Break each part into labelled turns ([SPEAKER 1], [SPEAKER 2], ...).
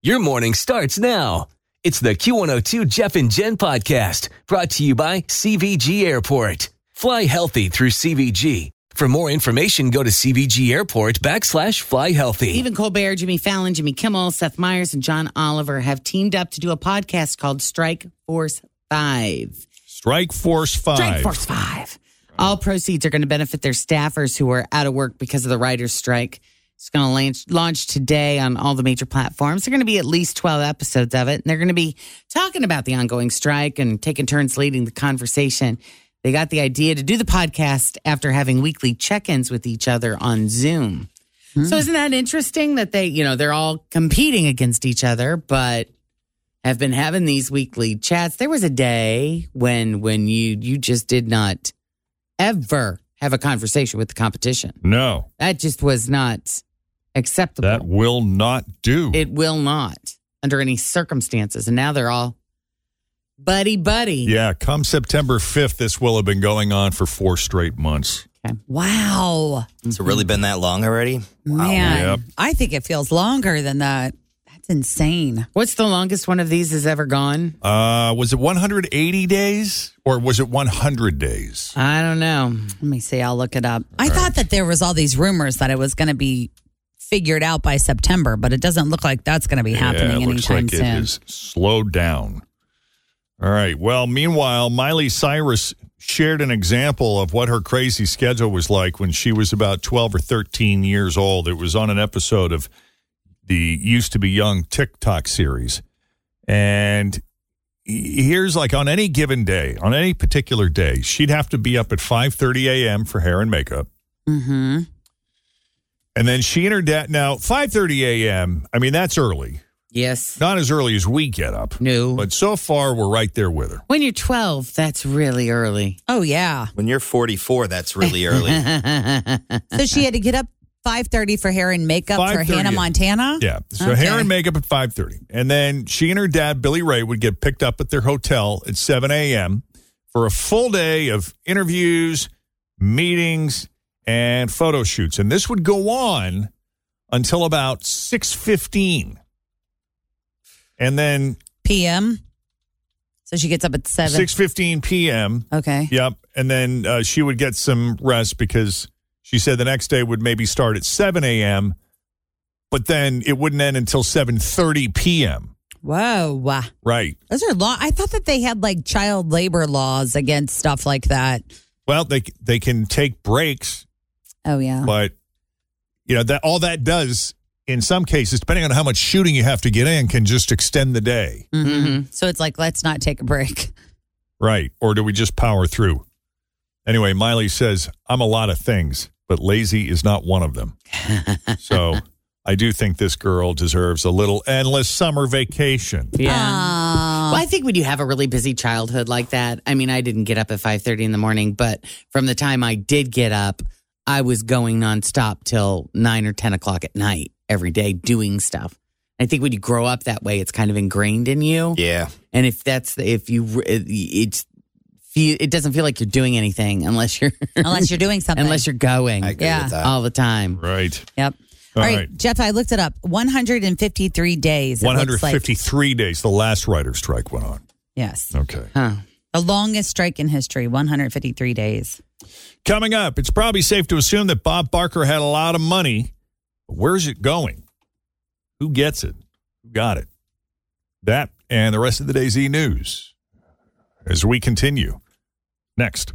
[SPEAKER 1] Your morning starts now. It's the Q102 Jeff and Jen podcast brought to you by CVG Airport. Fly healthy through CVG. For more information, go to CVG Airport backslash fly healthy.
[SPEAKER 2] Stephen Colbert, Jimmy Fallon, Jimmy Kimmel, Seth Meyers, and John Oliver have teamed up to do a podcast called Strike Force Five.
[SPEAKER 3] Strike Force Five.
[SPEAKER 2] Strike Force Five. All proceeds are going to benefit their staffers who are out of work because of the writer's strike. It's going to launch, launch today on all the major platforms. There are going to be at least 12 episodes of it, and they're going to be talking about the ongoing strike and taking turns leading the conversation. They got the idea to do the podcast after having weekly check ins with each other on Zoom. So, isn't that interesting that they, you know, they're all competing against each other, but have been having these weekly chats. There was a day when when you you just did not ever have a conversation with the competition.
[SPEAKER 3] No,
[SPEAKER 2] That just was not acceptable.
[SPEAKER 3] that will not do.
[SPEAKER 2] it will not under any circumstances. And now they're all buddy buddy.
[SPEAKER 3] yeah, come September 5th, this will have been going on for four straight months.
[SPEAKER 4] Wow.
[SPEAKER 5] It's really been that long already?
[SPEAKER 4] Man,
[SPEAKER 3] Yep.
[SPEAKER 4] I think it feels longer than that. That's insane.
[SPEAKER 2] What's the longest one of these has ever gone?
[SPEAKER 3] Uh, was it 180 days or was it 100 days?
[SPEAKER 2] I don't know.
[SPEAKER 4] Let me see. I'll look it up. I thought that there was all these rumors that it was going to be figured out by September, but it doesn't look like that's going to be happening
[SPEAKER 3] yeah, it looks
[SPEAKER 4] anytime
[SPEAKER 3] like
[SPEAKER 4] soon.
[SPEAKER 3] it is slowed down. All right. Well, meanwhile, Miley Cyrus shared an example of what her crazy schedule was like when she was about 12 or 13 years old. It was on an episode of the Used to Be Young TikTok series. And he- here's like on any given day, on any particular day, she'd have to be up at 5:30 a.m. for hair and makeup.
[SPEAKER 4] Mm-hmm.
[SPEAKER 3] And then she and her dad now 5:30 a.m. I mean, that's early.
[SPEAKER 2] Yes.
[SPEAKER 3] Not as early as we get up.
[SPEAKER 2] No.
[SPEAKER 3] But so far, we're right there with her.
[SPEAKER 2] when you're 12, that's really early.
[SPEAKER 4] Oh yeah.
[SPEAKER 5] When you're 44, that's really early.
[SPEAKER 4] So she had to get up five thirty for hair and makeup for
[SPEAKER 3] 5:30.
[SPEAKER 4] Hannah Montana.
[SPEAKER 3] Yeah. So hair
[SPEAKER 4] Okay.
[SPEAKER 3] and makeup at 5.30. And then she and her dad, Billy Ray, would get picked up at their hotel at 7 a.m. for a full day of interviews, meetings, and photo shoots. And this would go on until about 6.15. And then
[SPEAKER 4] PM. So she gets up at seven.
[SPEAKER 3] 6.15 p.m.,
[SPEAKER 4] Okay.
[SPEAKER 3] Yep. And then uh, she would get some rest because she said the next day would maybe start at 7 a.m., but then it wouldn't end until 7.30 p.m.
[SPEAKER 4] Whoa.
[SPEAKER 3] Right.
[SPEAKER 4] Those are law. I thought that they had like child labor laws against stuff like that.
[SPEAKER 3] Well, they they can take breaks,
[SPEAKER 4] Oh yeah.
[SPEAKER 3] but you know that all that does in some cases, depending on how much shooting you have to get in, can just extend the day.
[SPEAKER 4] Mhm. So it's like let's not take a break.
[SPEAKER 3] Right. Or do we just power through? Anyway, Miley says, I'm a lot of things, but lazy is not one of them. so I do think this girl deserves a little endless summer vacation.
[SPEAKER 4] Ah.
[SPEAKER 2] Well, I think when you have a really busy childhood like that, I mean, I didn't get up at 5:30 in the morning, but from the time I did get up, I was going nonstop till nine or 10 o'clock at night every day doing stuff. I think when you grow up that way, it's kind of ingrained in you.
[SPEAKER 5] yeah.
[SPEAKER 2] And if that's if you it's it doesn't feel like you're doing anything unless you're
[SPEAKER 4] unless you're doing something.
[SPEAKER 2] unless you're going
[SPEAKER 5] I agree
[SPEAKER 4] Yeah.
[SPEAKER 5] with that.
[SPEAKER 2] all the time.
[SPEAKER 3] Right.
[SPEAKER 4] Yep.
[SPEAKER 3] All
[SPEAKER 4] All right.
[SPEAKER 3] right.
[SPEAKER 4] Jeff, I looked it up. 153 days. it looks like.
[SPEAKER 3] 153 days. The last writer's strike went on.
[SPEAKER 4] Yes.
[SPEAKER 3] Okay.
[SPEAKER 2] Huh.
[SPEAKER 4] The longest strike in history, 153 days.
[SPEAKER 3] Coming up, it's probably safe to assume that Bob Barker had a lot of money. But where's it going? Who gets it? Who got it? That and the rest of the day's e news as we continue next.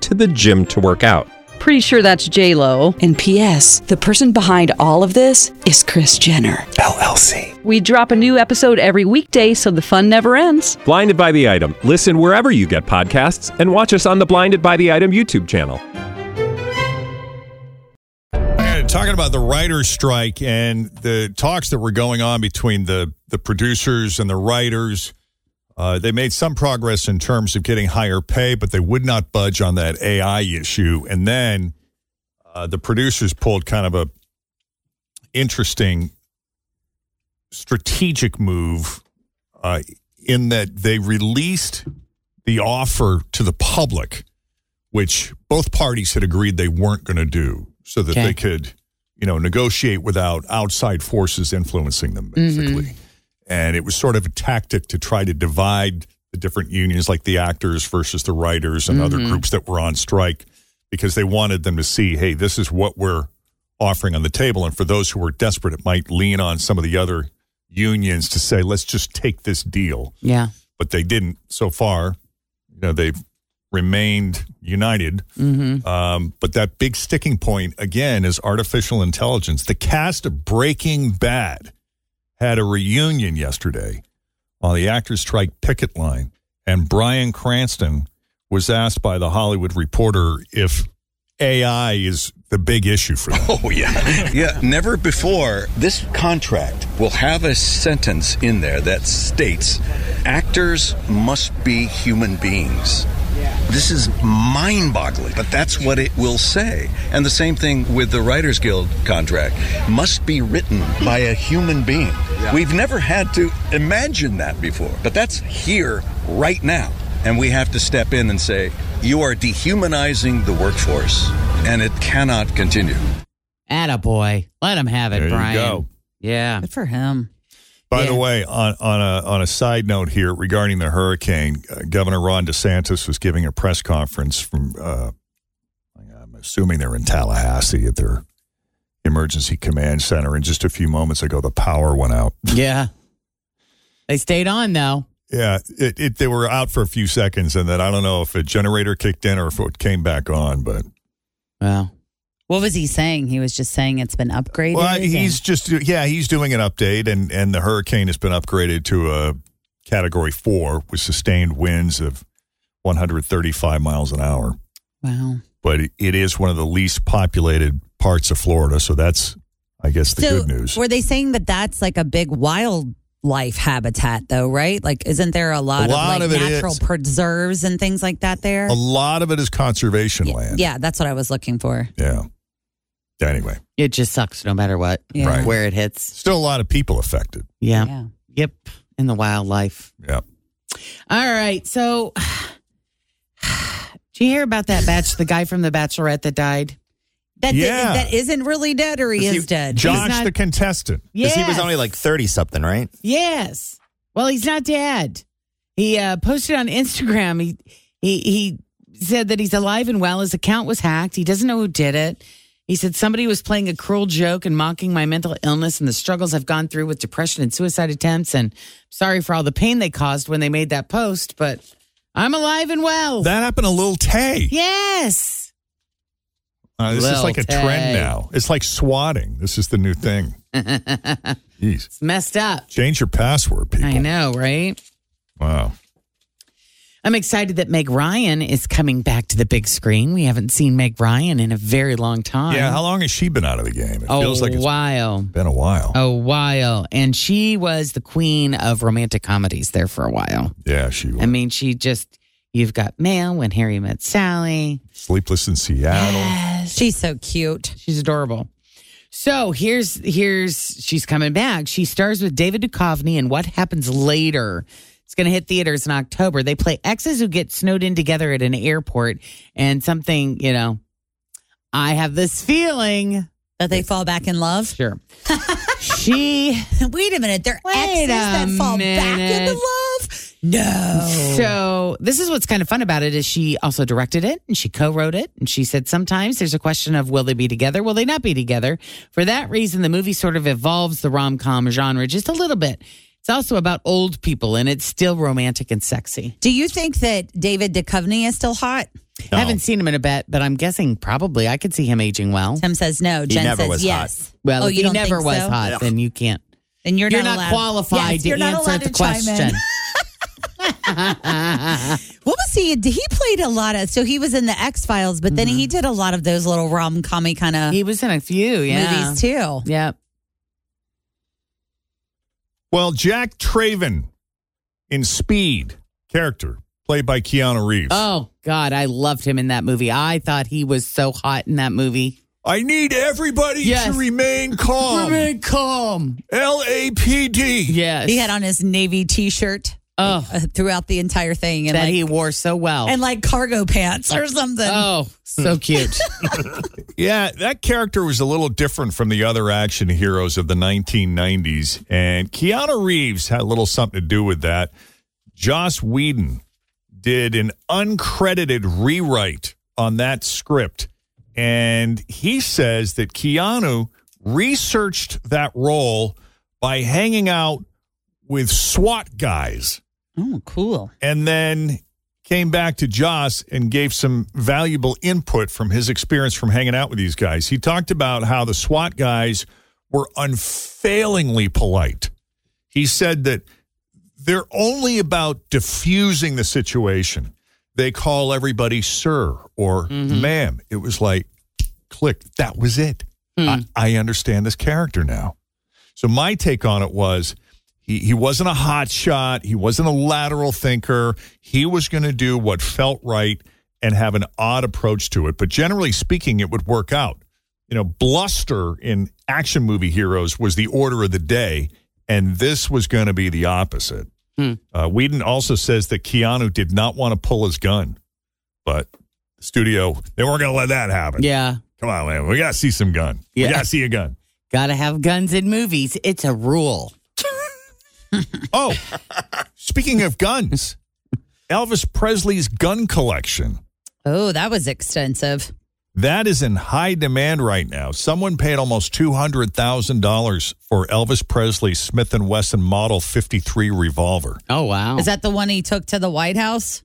[SPEAKER 6] to the gym to work out.
[SPEAKER 7] Pretty sure that's J Lo. And P.S. The person behind all of this is Chris Jenner
[SPEAKER 6] LLC.
[SPEAKER 7] We drop a new episode every weekday, so the fun never ends.
[SPEAKER 6] Blinded by the item. Listen wherever you get podcasts, and watch us on the Blinded by the Item YouTube channel.
[SPEAKER 3] And talking about the writer's strike and the talks that were going on between the, the producers and the writers, uh, they made some progress in terms of getting higher pay, but they would not budge on that AI issue. And then uh, the producers pulled kind of a interesting strategic move uh, in that they released the offer to the public, which both parties had agreed they weren't going to do, so that
[SPEAKER 2] Okay.
[SPEAKER 3] they could, you know, negotiate without outside forces influencing them, basically. And it was sort of a tactic to try to divide the different unions, like the actors versus the writers and other groups that were on strike, because they wanted them to see, hey, this is what we're offering on the table. And for those who are desperate, it might lean on some of the other unions to say, let's just take this deal.
[SPEAKER 2] Yeah.
[SPEAKER 3] But they didn't so far. You know, they've remained united. Um, but that big sticking point, again, is artificial intelligence. The cast of Breaking Bad had a reunion yesterday on the actors' strike picket line. And Brian Cranston was asked by The Hollywood Reporter if AI is the big issue for them.
[SPEAKER 8] Oh, yeah. Yeah. Never before. This contract will have a sentence in there that states actors must be human beings. This is mind boggling, but that's what it will say. And the same thing with the Writers Guild contract must be written by a human being. We've never had to imagine that before, but that's here right now. And we have to step in and say, you are dehumanizing the workforce, and it cannot continue.
[SPEAKER 2] Attaboy. Let him have it,
[SPEAKER 3] There you
[SPEAKER 2] Brian.
[SPEAKER 3] go.
[SPEAKER 2] Yeah.
[SPEAKER 4] Good for him.
[SPEAKER 3] By the way, on, on a on a side note here regarding the hurricane, uh, Governor Ron DeSantis was giving a press conference from. Uh, I'm assuming they're in Tallahassee at their emergency command center, and just a few moments ago, the power went out.
[SPEAKER 2] Yeah. They stayed on though.
[SPEAKER 3] Yeah, it, it they were out for a few seconds, and then I don't know if a generator kicked in or if it came back on, but
[SPEAKER 2] Well,
[SPEAKER 4] What was he saying? He was just saying it's been upgraded.
[SPEAKER 3] Well,
[SPEAKER 4] and-
[SPEAKER 3] he's just yeah, he's doing an update, and and the hurricane has been upgraded to a category four with sustained winds of 135 miles an hour.
[SPEAKER 2] wow.
[SPEAKER 3] But it- it is one of the least populated parts of Florida, so that's I guess the
[SPEAKER 4] so
[SPEAKER 3] good news.
[SPEAKER 4] Were they saying that that's like a big wildlife habitat, though? Right? Like, isn't there a lot,
[SPEAKER 3] lot of
[SPEAKER 4] of like
[SPEAKER 3] it
[SPEAKER 4] natural
[SPEAKER 3] is.
[SPEAKER 4] preserves and things like that there?
[SPEAKER 3] A lot of it is conservation land.
[SPEAKER 4] Yeah, that's what I was looking for.
[SPEAKER 3] Yeah. Anyway,
[SPEAKER 2] It just sucks no matter what.
[SPEAKER 4] Yeah.
[SPEAKER 3] Right.
[SPEAKER 2] Where it hits.
[SPEAKER 3] still a lot of people affected.
[SPEAKER 2] Yeah.
[SPEAKER 4] Yeah.
[SPEAKER 2] Yep. In the wildlife.
[SPEAKER 3] Yeah.
[SPEAKER 2] All right. So do you hear about that batch the guy from The Bachelorette that died?
[SPEAKER 4] That
[SPEAKER 3] Yeah.
[SPEAKER 4] that isn't really dead, or he
[SPEAKER 5] Is
[SPEAKER 4] is
[SPEAKER 5] he-
[SPEAKER 4] dead.
[SPEAKER 3] Josh,
[SPEAKER 2] not-
[SPEAKER 3] the contestant.
[SPEAKER 5] Because he was
[SPEAKER 2] Yes.
[SPEAKER 5] only like 30 something, right?
[SPEAKER 2] Yes. Well, he's not dead. He uh, posted on Instagram. He, he he said that he's alive and well. His account was hacked. He doesn't know who did it. He said somebody was playing a cruel joke and mocking my mental illness and the struggles I've gone through with depression and suicide attempts. And sorry for all the pain they caused when they made that post, but I'm alive and well.
[SPEAKER 3] That happened to Lil Tay.
[SPEAKER 2] yes.
[SPEAKER 3] Uh, this is
[SPEAKER 2] Lil
[SPEAKER 3] like a
[SPEAKER 2] Tay.
[SPEAKER 3] trend now. It's like swatting. This is the new thing. Jeez.
[SPEAKER 2] It's messed up.
[SPEAKER 3] Change your password, people.
[SPEAKER 2] I know, right?
[SPEAKER 3] Wow.
[SPEAKER 2] I'm excited that Meg Ryan is coming back to the big screen. We haven't seen Meg Ryan in a very long time.
[SPEAKER 3] Yeah, how long has she been out of the game? It
[SPEAKER 2] a
[SPEAKER 3] feels like it's
[SPEAKER 2] while.
[SPEAKER 3] been a while.
[SPEAKER 2] A while. And she was the queen of romantic comedies there for a while.
[SPEAKER 3] Yeah, she was.
[SPEAKER 2] I mean, she just, you've got Mail, When Harry Met Sally.
[SPEAKER 3] Sleepless in Seattle.
[SPEAKER 4] She's so cute.
[SPEAKER 2] She's adorable. So here's here's she's coming back. She stars with David Duchovny in What Happens Later. It's going to hit theaters in October. They play exes who get snowed in together at an airport, and something you know. I have this feeling
[SPEAKER 4] that they fall back in love.
[SPEAKER 2] Sure. she.
[SPEAKER 4] Wait a minute. They're exes that fall back into love. No.
[SPEAKER 2] So this is what's kind of fun about it is she also directed it and she co-wrote it and she said sometimes there's a question of will they be together will they not be together for that reason the movie sort of evolves the rom-com genre just a little bit it's also about old people and it's still romantic and sexy
[SPEAKER 4] Do you think that David Duchovny is still hot?
[SPEAKER 2] I haven't seen him in a bit but I'm guessing probably I could see him aging well
[SPEAKER 4] Tim says no. Jen says yes.
[SPEAKER 2] well
[SPEAKER 4] oh,
[SPEAKER 2] if
[SPEAKER 4] you
[SPEAKER 2] he
[SPEAKER 4] don't
[SPEAKER 2] never
[SPEAKER 4] think
[SPEAKER 2] was
[SPEAKER 4] so?
[SPEAKER 2] hot then you can't
[SPEAKER 4] Then you're,
[SPEAKER 2] You're not
[SPEAKER 4] not, allowed-
[SPEAKER 2] qualified
[SPEAKER 4] Yes,
[SPEAKER 2] to
[SPEAKER 4] you're not
[SPEAKER 2] answer
[SPEAKER 4] allowed
[SPEAKER 2] the
[SPEAKER 4] to chime in.
[SPEAKER 2] question.
[SPEAKER 4] what was he? He played a lot of. So he was in the X Files, but then he did a lot of those little rom commy kind of.
[SPEAKER 2] Mm-hmm. He was in a few yeah.
[SPEAKER 4] movies too.
[SPEAKER 2] Yep.
[SPEAKER 3] Well, Jack Traven in Speed, character played by Keanu Reeves.
[SPEAKER 2] Oh God, I loved him in that movie. I thought he was so hot in that movie.
[SPEAKER 3] I need everybody
[SPEAKER 2] Yes.
[SPEAKER 3] to remain calm.
[SPEAKER 2] Remain calm.
[SPEAKER 3] LAPD.
[SPEAKER 2] Yes.
[SPEAKER 4] He had on his navy T-shirt.
[SPEAKER 2] Oh.
[SPEAKER 4] uh, throughout the entire thing, and
[SPEAKER 2] that
[SPEAKER 4] like
[SPEAKER 2] he wore so well.
[SPEAKER 4] and like cargo pants or something.
[SPEAKER 2] Oh, so cute.
[SPEAKER 3] Yeah, that character was a little different from the other action heroes of the 1990s, and Keanu Reeves had a little something to do with that. Joss Whedon did an uncredited rewrite on that script, and he says that Keanu researched that role by hanging out with SWAT guys
[SPEAKER 4] Oh, cool.
[SPEAKER 3] and then came back to Joss and gave some valuable input from his experience from hanging out with these guys. He talked about how the SWAT guys were unfailingly polite. He said that they're only about diffusing the situation. They call everybody sir or ma'am. It was like, click, that was it. I, I understand this character now. So my take on it was he, he wasn't a hot shot. He wasn't a lateral thinker. He was going to do what felt right and have an odd approach to it. But generally speaking, it would work out. You know, bluster in action movie heroes was the order of the day, and this was going to be the opposite. Uh, Whedon also says that Keanu did not want to pull his gun, but the studio, they weren't going to let that happen.
[SPEAKER 2] yeah.
[SPEAKER 3] Come on, man. We got to see some gun.
[SPEAKER 2] Yeah.
[SPEAKER 3] We got to see a gun.
[SPEAKER 2] Gotta have guns in movies. It's a rule.
[SPEAKER 3] Oh, speaking of guns, Elvis Presley's gun collection.
[SPEAKER 4] Oh, that was extensive.
[SPEAKER 3] That is in high demand right now. Someone paid almost $200,000 for Elvis Presley's Smith & Wesson Model 53 revolver.
[SPEAKER 2] Oh wow.
[SPEAKER 4] Is that the one he took to the White House?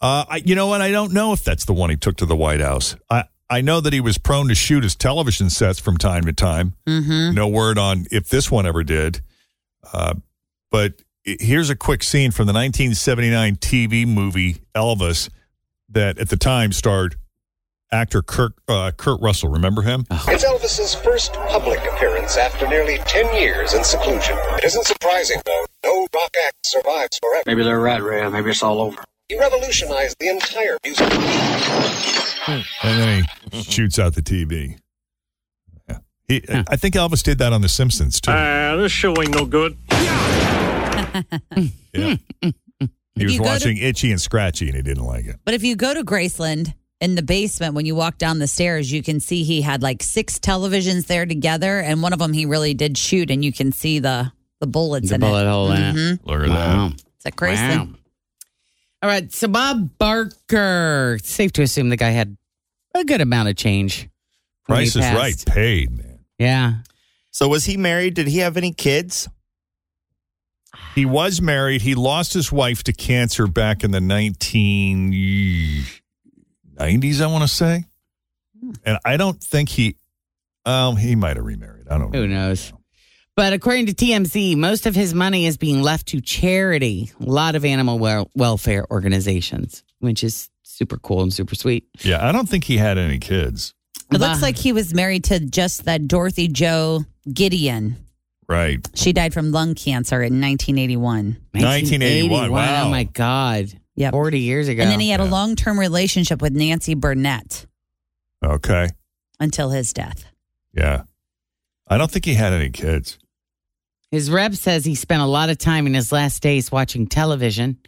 [SPEAKER 3] Uh, I, you know what? I don't know if that's the one he took to the White House. I, I know that he was prone to shoot his television sets from time to time.
[SPEAKER 4] Mm-hmm.
[SPEAKER 3] No word on if this one ever did. Uh, but i- here's a quick scene from the 1979 TV movie Elvis that at the time starred actor Kurt, uh, Kurt Russell. Remember him?
[SPEAKER 9] It's Elvis's first public appearance after nearly 10 years in seclusion. It isn't surprising, though. No rock act survives forever.
[SPEAKER 10] Maybe they're right, Ray. Maybe it's all over.
[SPEAKER 9] He revolutionized the entire music.
[SPEAKER 3] And then he shoots out the TV. Yeah. He, I- I think Elvis did that on The Simpsons, too.
[SPEAKER 10] Ah, this show ain't no good.
[SPEAKER 3] Yeah. he was
[SPEAKER 4] you go to-
[SPEAKER 3] watching Itchy and Scratchy and he didn't like it.
[SPEAKER 4] But if you go to Graceland in the basement, when you walk down the stairs, you can see he had like six televisions there together, and one of them he really did shoot, and you can see the the bullets
[SPEAKER 2] The
[SPEAKER 4] in
[SPEAKER 2] bullet
[SPEAKER 4] it.
[SPEAKER 2] hole in it.
[SPEAKER 4] Mhm.
[SPEAKER 3] Look at
[SPEAKER 2] Wow.
[SPEAKER 4] It's at Graceland.
[SPEAKER 2] All right. So Bob Barker. It's safe to assume the guy had a good amount of change. when he
[SPEAKER 3] Price is
[SPEAKER 2] passed.
[SPEAKER 3] right, paid, man.
[SPEAKER 2] Yeah.
[SPEAKER 5] So was he married? Did he have any kids?
[SPEAKER 3] He was married. He lost his wife to cancer back in the 1990s, I want to say. And I don't think he, um, he might have remarried. I don't know.
[SPEAKER 2] Who knows? But according to TMZ, most of his money is being left to charity, a lot of animal wel- welfare organizations, which is super cool and super sweet.
[SPEAKER 3] Yeah, I don't think he had any kids.
[SPEAKER 4] It looks like he was married to just that Dorothy Joe Gideon.
[SPEAKER 3] Right.
[SPEAKER 4] She died from lung cancer in 1981.
[SPEAKER 3] 1981. Wow.
[SPEAKER 2] Oh my God.
[SPEAKER 4] Yep.
[SPEAKER 2] 40 years ago.
[SPEAKER 4] And then he had a long term relationship with Nancy Burnett
[SPEAKER 3] Okay.
[SPEAKER 4] until his death.
[SPEAKER 3] Yeah. I don't think he had any kids.
[SPEAKER 2] His rep says he spent a lot of time in his last days watching television.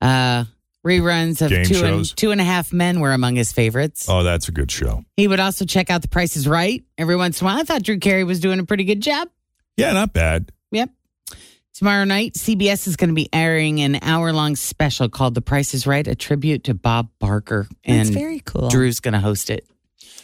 [SPEAKER 2] Uh, reruns of
[SPEAKER 3] Game
[SPEAKER 2] two
[SPEAKER 3] shows.
[SPEAKER 2] and, two and a half men were among his favorites.
[SPEAKER 3] Oh, that's a good show.
[SPEAKER 2] He would also check out The Price is Right every once in a while. I thought Drew Carey was doing a pretty good job.
[SPEAKER 3] Yeah, not bad.
[SPEAKER 2] Yep. Tomorrow night, CBS is going to be airing an hour long special called The Price is Right, a tribute to Bob Barker.
[SPEAKER 4] That's very cool.
[SPEAKER 2] Drew's going to host it.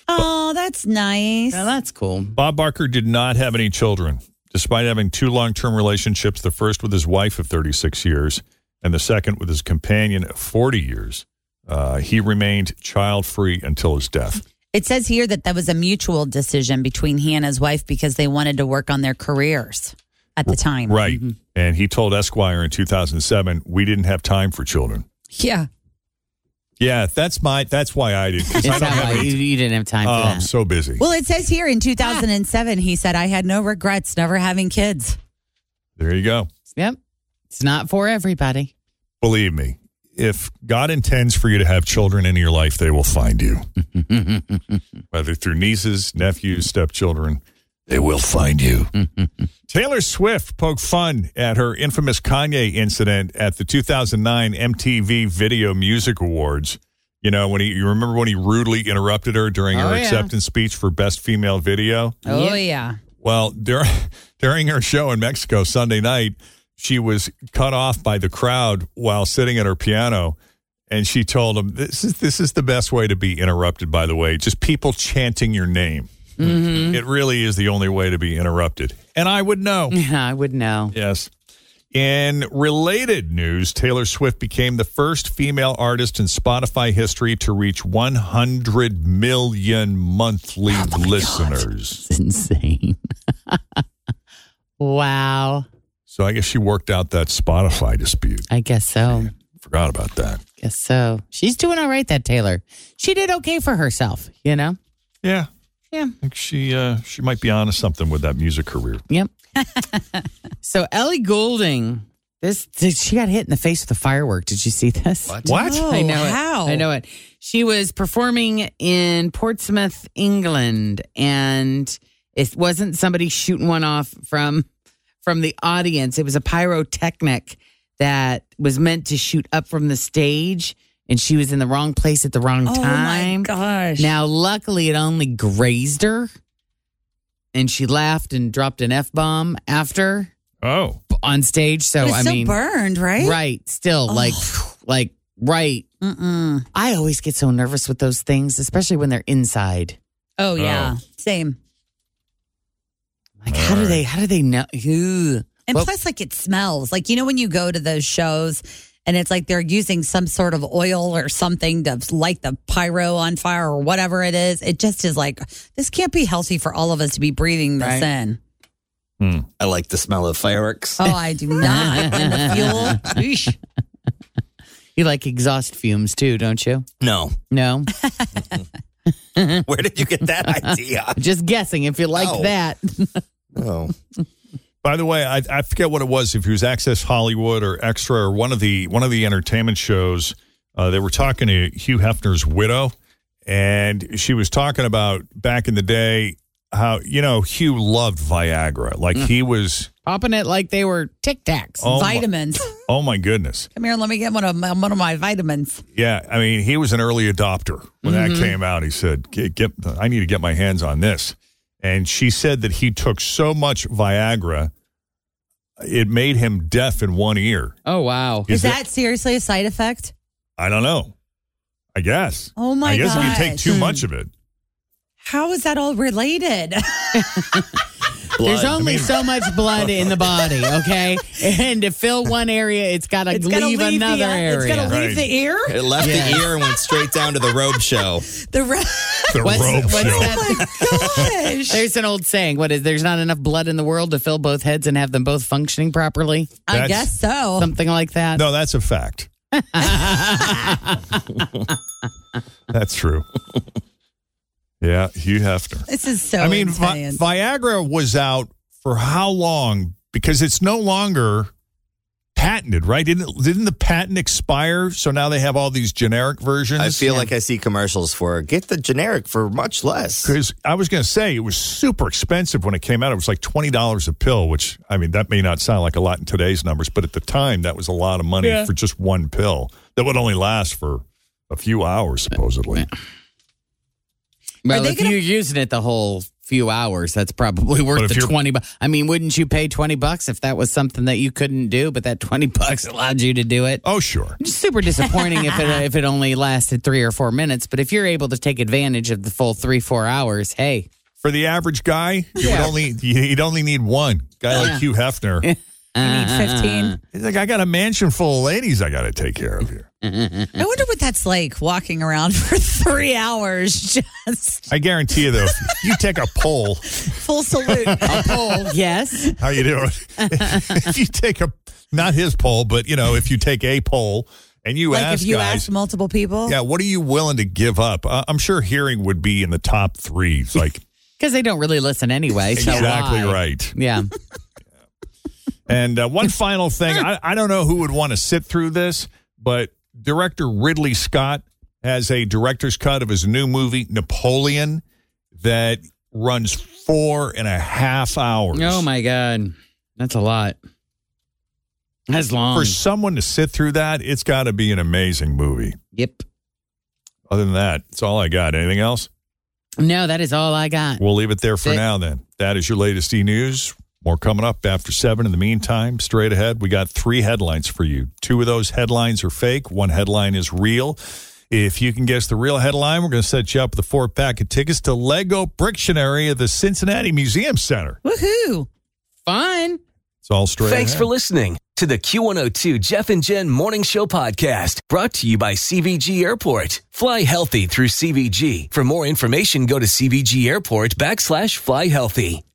[SPEAKER 4] Oh, that's nice.
[SPEAKER 2] that's cool.
[SPEAKER 3] Bob Barker did not have any children, despite having two long term relationships the first with his wife of 36 years and the second with his companion of 40 years. Uh, he remained child free until his death.
[SPEAKER 4] It says here that that was a mutual decision between he and his wife because they wanted to work on their careers at the time.
[SPEAKER 3] Right. And he told Esquire in 2007, we didn't have time for children.
[SPEAKER 4] Yeah.
[SPEAKER 3] Yeah, that's my. That's why I did. 'cause I don't have any-
[SPEAKER 2] you didn't have time
[SPEAKER 3] oh,
[SPEAKER 2] for
[SPEAKER 3] I'm
[SPEAKER 2] that.
[SPEAKER 3] so busy.
[SPEAKER 4] Well, it says here in 2007, he said, I had no regrets never having kids.
[SPEAKER 3] There you go.
[SPEAKER 2] Yep. It's not for everybody.
[SPEAKER 3] Believe me, if God intends for you to have children in your life, they will find you. Whether through nieces, nephews, stepchildren, they will find you. Taylor Swift poked fun at her infamous Kanye incident at the 2009 MTV Video Music Awards. You know, when he, you remember when he rudely interrupted her during
[SPEAKER 4] Oh,
[SPEAKER 3] her
[SPEAKER 4] yeah.
[SPEAKER 3] acceptance speech for Best Female Video?
[SPEAKER 4] Oh, yeah.
[SPEAKER 3] Well, during during her show in Mexico Sunday night, she was cut off by the crowd while sitting at her piano, and she told them, "This is this is the best way to be interrupted." By the way, just people chanting your name. It really is the only way to be interrupted, and I would know.
[SPEAKER 2] Yeah, I would know.
[SPEAKER 3] Yes. In related news, Taylor Swift became the first female artist in Spotify history to reach 100 million monthly listeners.
[SPEAKER 2] It's insane. wow.
[SPEAKER 3] So I guess she worked out that Spotify dispute.
[SPEAKER 2] I guess so.
[SPEAKER 3] Forgot about that.
[SPEAKER 2] Guess so. She's doing all right, that Taylor. She did okay for herself, you know?
[SPEAKER 3] Yeah.
[SPEAKER 2] Yeah.
[SPEAKER 3] I think she uh, she might be onto something with that music career.
[SPEAKER 2] Yep. so Ellie Goulding, this did- she got hit in the face with a firework. Did you see this?
[SPEAKER 3] What? What?
[SPEAKER 4] No,
[SPEAKER 2] I know
[SPEAKER 4] Oh, how?
[SPEAKER 2] it. I know it. She was performing in Portsmouth, England, and it wasn't somebody shooting one off from from the audience. It was a pyrotechnic that was meant to shoot up from the stage. And she was in the wrong place at the wrong
[SPEAKER 4] Oh, my
[SPEAKER 2] time.
[SPEAKER 4] gosh.
[SPEAKER 2] Now, luckily, it only grazed her and she laughed and dropped an F bomb after
[SPEAKER 3] Oh.
[SPEAKER 2] on stage. So
[SPEAKER 4] It was
[SPEAKER 2] I
[SPEAKER 4] so Oh.
[SPEAKER 2] mean,
[SPEAKER 4] burned, right?
[SPEAKER 2] Right. Still like, like, right.
[SPEAKER 4] Mm-mm.
[SPEAKER 2] I always get so nervous with those things, especially when they're inside.
[SPEAKER 4] Oh, yeah. Same.
[SPEAKER 2] Like, how do they, how do they know? Ew.
[SPEAKER 4] And
[SPEAKER 2] Well,
[SPEAKER 4] plus, like, it smells. Like, you know, when you go to those shows and it's like they're using some sort of oil or something to light the pyro on fire or whatever it is, it just is like, this can't be healthy for all of us to be breathing this
[SPEAKER 2] Right.
[SPEAKER 4] in.
[SPEAKER 5] I like the smell of fireworks.
[SPEAKER 4] Oh, I do not. and the fuel. Eesh.
[SPEAKER 2] you like exhaust fumes too, don't you?
[SPEAKER 5] No.
[SPEAKER 2] No,
[SPEAKER 5] Where did you get that idea?
[SPEAKER 2] just guessing if you like
[SPEAKER 5] No.
[SPEAKER 2] that.
[SPEAKER 5] Oh.
[SPEAKER 3] By the way, I, I forget what it was. If it was Access Hollywood or Extra or one of the one of the entertainment shows, uh, they were talking to Hugh Hefner's widow, and she was talking about back in the day how you know Hugh loved Viagra, like he was.
[SPEAKER 2] Popping it like they were Tic Tacs.
[SPEAKER 3] Oh my-
[SPEAKER 4] vitamins.
[SPEAKER 3] Oh my goodness!
[SPEAKER 4] Come here, let me get one of my, one of my vitamins.
[SPEAKER 3] Yeah, I mean, he was an early adopter when that
[SPEAKER 2] Mm-hmm.
[SPEAKER 3] came out. He said, get, get, "I need to get my hands on this," and she said that he took so much Viagra, it made him deaf in one ear.
[SPEAKER 2] Oh wow.
[SPEAKER 4] Is,
[SPEAKER 3] Is
[SPEAKER 4] that seriously a side effect?
[SPEAKER 3] I don't know. I guess.
[SPEAKER 4] Oh my
[SPEAKER 3] I guess if you take
[SPEAKER 4] gosh.
[SPEAKER 3] too much of it,
[SPEAKER 4] How is that all related?
[SPEAKER 2] There's only so much blood in the body, okay? And to fill one area, it's got to
[SPEAKER 4] It's gotta
[SPEAKER 2] leave
[SPEAKER 4] leave the-
[SPEAKER 2] another area.
[SPEAKER 4] it's gotta leave the ear.
[SPEAKER 5] It left the ear and went straight down to the robe show.
[SPEAKER 4] The re-
[SPEAKER 3] the
[SPEAKER 2] What's-
[SPEAKER 3] rope
[SPEAKER 2] what's
[SPEAKER 3] show.
[SPEAKER 2] that?
[SPEAKER 4] Oh gosh.
[SPEAKER 2] There's an old saying. What is there's not enough blood in the world to fill both heads and have them both functioning properly?
[SPEAKER 4] I
[SPEAKER 3] That's-
[SPEAKER 4] guess so.
[SPEAKER 2] Something like that.
[SPEAKER 3] No, that's a fact. that's true. Yeah, Hugh Hefner.
[SPEAKER 4] This is so
[SPEAKER 3] I mean, Vi-
[SPEAKER 4] intense.
[SPEAKER 3] Viagra was out for how long? Because it's no longer patented, right? Didn't didn't the patent expire? So now they have all these generic versions.
[SPEAKER 11] I feel like I see commercials for get the generic for much less.
[SPEAKER 3] Because I was going to say it was super expensive when it came out. It was like twenty dollars a pill, which I mean that may not sound like a lot in today's numbers, but at the time that was a lot of money
[SPEAKER 11] Yeah.
[SPEAKER 3] for just one pill that would only last for a few hours, supposedly.
[SPEAKER 2] Well, if you're using it the whole few hours, that's probably
[SPEAKER 3] But if
[SPEAKER 2] worth the
[SPEAKER 3] you're-
[SPEAKER 2] twenty. Bu- I mean, wouldn't you pay twenty bucks if that was something that you couldn't do, but that twenty bucks allowed you to do it?
[SPEAKER 3] Oh, sure.
[SPEAKER 2] Super disappointing if it if it only lasted three or four minutes. But if you're able to take advantage of the full three four hours, hey,
[SPEAKER 3] For the average guy, you
[SPEAKER 2] Yeah.
[SPEAKER 3] would only you- you'd only need one guy like
[SPEAKER 2] Yeah.
[SPEAKER 3] Hugh Hefner.
[SPEAKER 2] Uh,
[SPEAKER 4] need 15.
[SPEAKER 3] He's like, I got a mansion full of ladies I got to take care of here.
[SPEAKER 2] uh.
[SPEAKER 4] I wonder what that's like walking around for three hours, just
[SPEAKER 3] I guarantee you, though, if you take a poll.
[SPEAKER 4] full salute.
[SPEAKER 3] A
[SPEAKER 4] poll,
[SPEAKER 2] yes.
[SPEAKER 3] How you doing? if you take a not his poll, but you know, if you take a poll and you
[SPEAKER 4] like
[SPEAKER 3] ask
[SPEAKER 4] if you
[SPEAKER 3] guys,
[SPEAKER 4] ask multiple people.
[SPEAKER 3] yeah, what are you willing to give up? I I'm sure hearing would be in the top three. It's Like
[SPEAKER 2] because they don't really listen anyway. So
[SPEAKER 3] exactly
[SPEAKER 2] why?
[SPEAKER 3] right.
[SPEAKER 2] Yeah.
[SPEAKER 3] And uh, one final thing, I, I don't know who would want to sit through this, but director Ridley Scott has a director's cut of his new movie Napoleon that runs four and a half hours.
[SPEAKER 2] Oh my god, that's a lot. That's long.
[SPEAKER 3] For someone to sit through that, it's got to be an amazing movie.
[SPEAKER 2] Yep.
[SPEAKER 3] Other than that, it's all I got. Anything else?
[SPEAKER 2] No, that is all I got.
[SPEAKER 3] We'll leave it there for
[SPEAKER 2] Sick.
[SPEAKER 3] now then. That is your latest e news. More coming up after seven. In the meantime, straight ahead, we got three headlines for you. Two of those headlines are fake, one headline is real. If you can guess the real headline, we're going to set you up with a four pack of tickets to Lego Brictionary at the Cincinnati Museum Center.
[SPEAKER 4] Woohoo!
[SPEAKER 2] Fun.
[SPEAKER 3] It's all straight
[SPEAKER 1] Thanks
[SPEAKER 3] ahead.
[SPEAKER 1] for listening to the Q102 Jeff and Jen Morning Show podcast brought to you by CVG Airport. Fly healthy through CVG. For more information, go to CVG Airport backslash fly healthy.